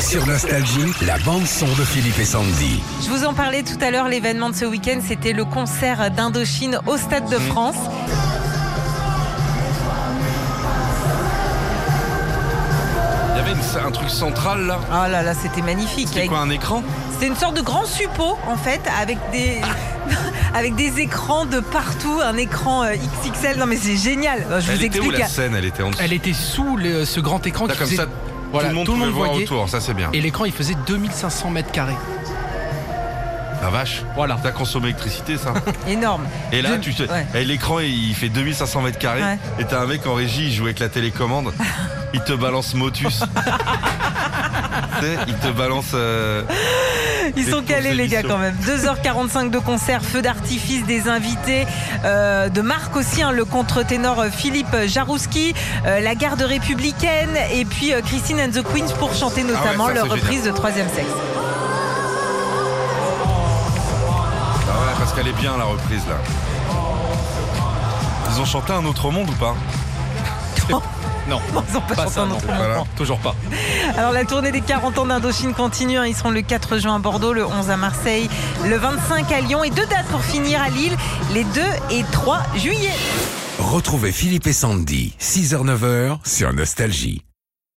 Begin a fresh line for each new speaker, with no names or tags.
Sur Nostalgie, la bande-son de Philippe et Sandy.
Je vous en parlais tout à l'heure, l'événement de ce week-end, c'était le concert d'Indochine au Stade
Mhm.
de France.
Il y avait une- un truc central là.
Oh là là, c'était magnifique.
C'était
Avec-
quoi un écran
C'était une sorte de grand suppôt, en fait, avec des... Avec des écrans de partout, un écran euh, XXL. Non mais c'est génial. Je
Elle
vous
était où
explique.
la scène Elle était en dessous.
Elle était sous le- ce grand écran
Là,
qui
comme
faisait-
ça,
voilà,
tout le monde pouvait voir
voyait.
autour. Ça c'est bien.
Et l'écran, il faisait 2500 mètres carrés.
La Ah, vache.
Voilà.
T'as consommé électricité ça.
Énorme.
Et là,
Je-
tu te...
ouais.
eh, l'écran il fait 2500 mètres carrés.
Ouais.
Et t'as un mec en régie, il joue avec la télécommande. il te balance Motus. Tu sais, il te balance. euh,
Ils
Les
sont
courses
calés les gars
d'émission.
quand même. 2h45 de concert, feu d'artifice, des invités, euh, de marque aussi, hein, le contre-ténor euh, Philippe Jarouski, euh, la garde républicaine et puis euh, Christine and the Queens pour chanter notamment
Ah ça,
leur
c'est
reprise de Troisième Sexe.
Ah ouais, parce qu'elle est bien la reprise là. Ils ont chanté un autre monde ou pas
Non,
Ils ont pas chanté un
non.
autre
Voilà.
moment.
Toujours pas.
Alors la tournée des 40 ans d'Indochine continue, hein. ils seront le 4 juin à Bordeaux, le 11 à Marseille, le 25 à Lyon et deux dates pour finir à Lille, les 2 et 3 juillet.
Retrouvez Philippe et Sandy, 6h-9h sur Nostalgie.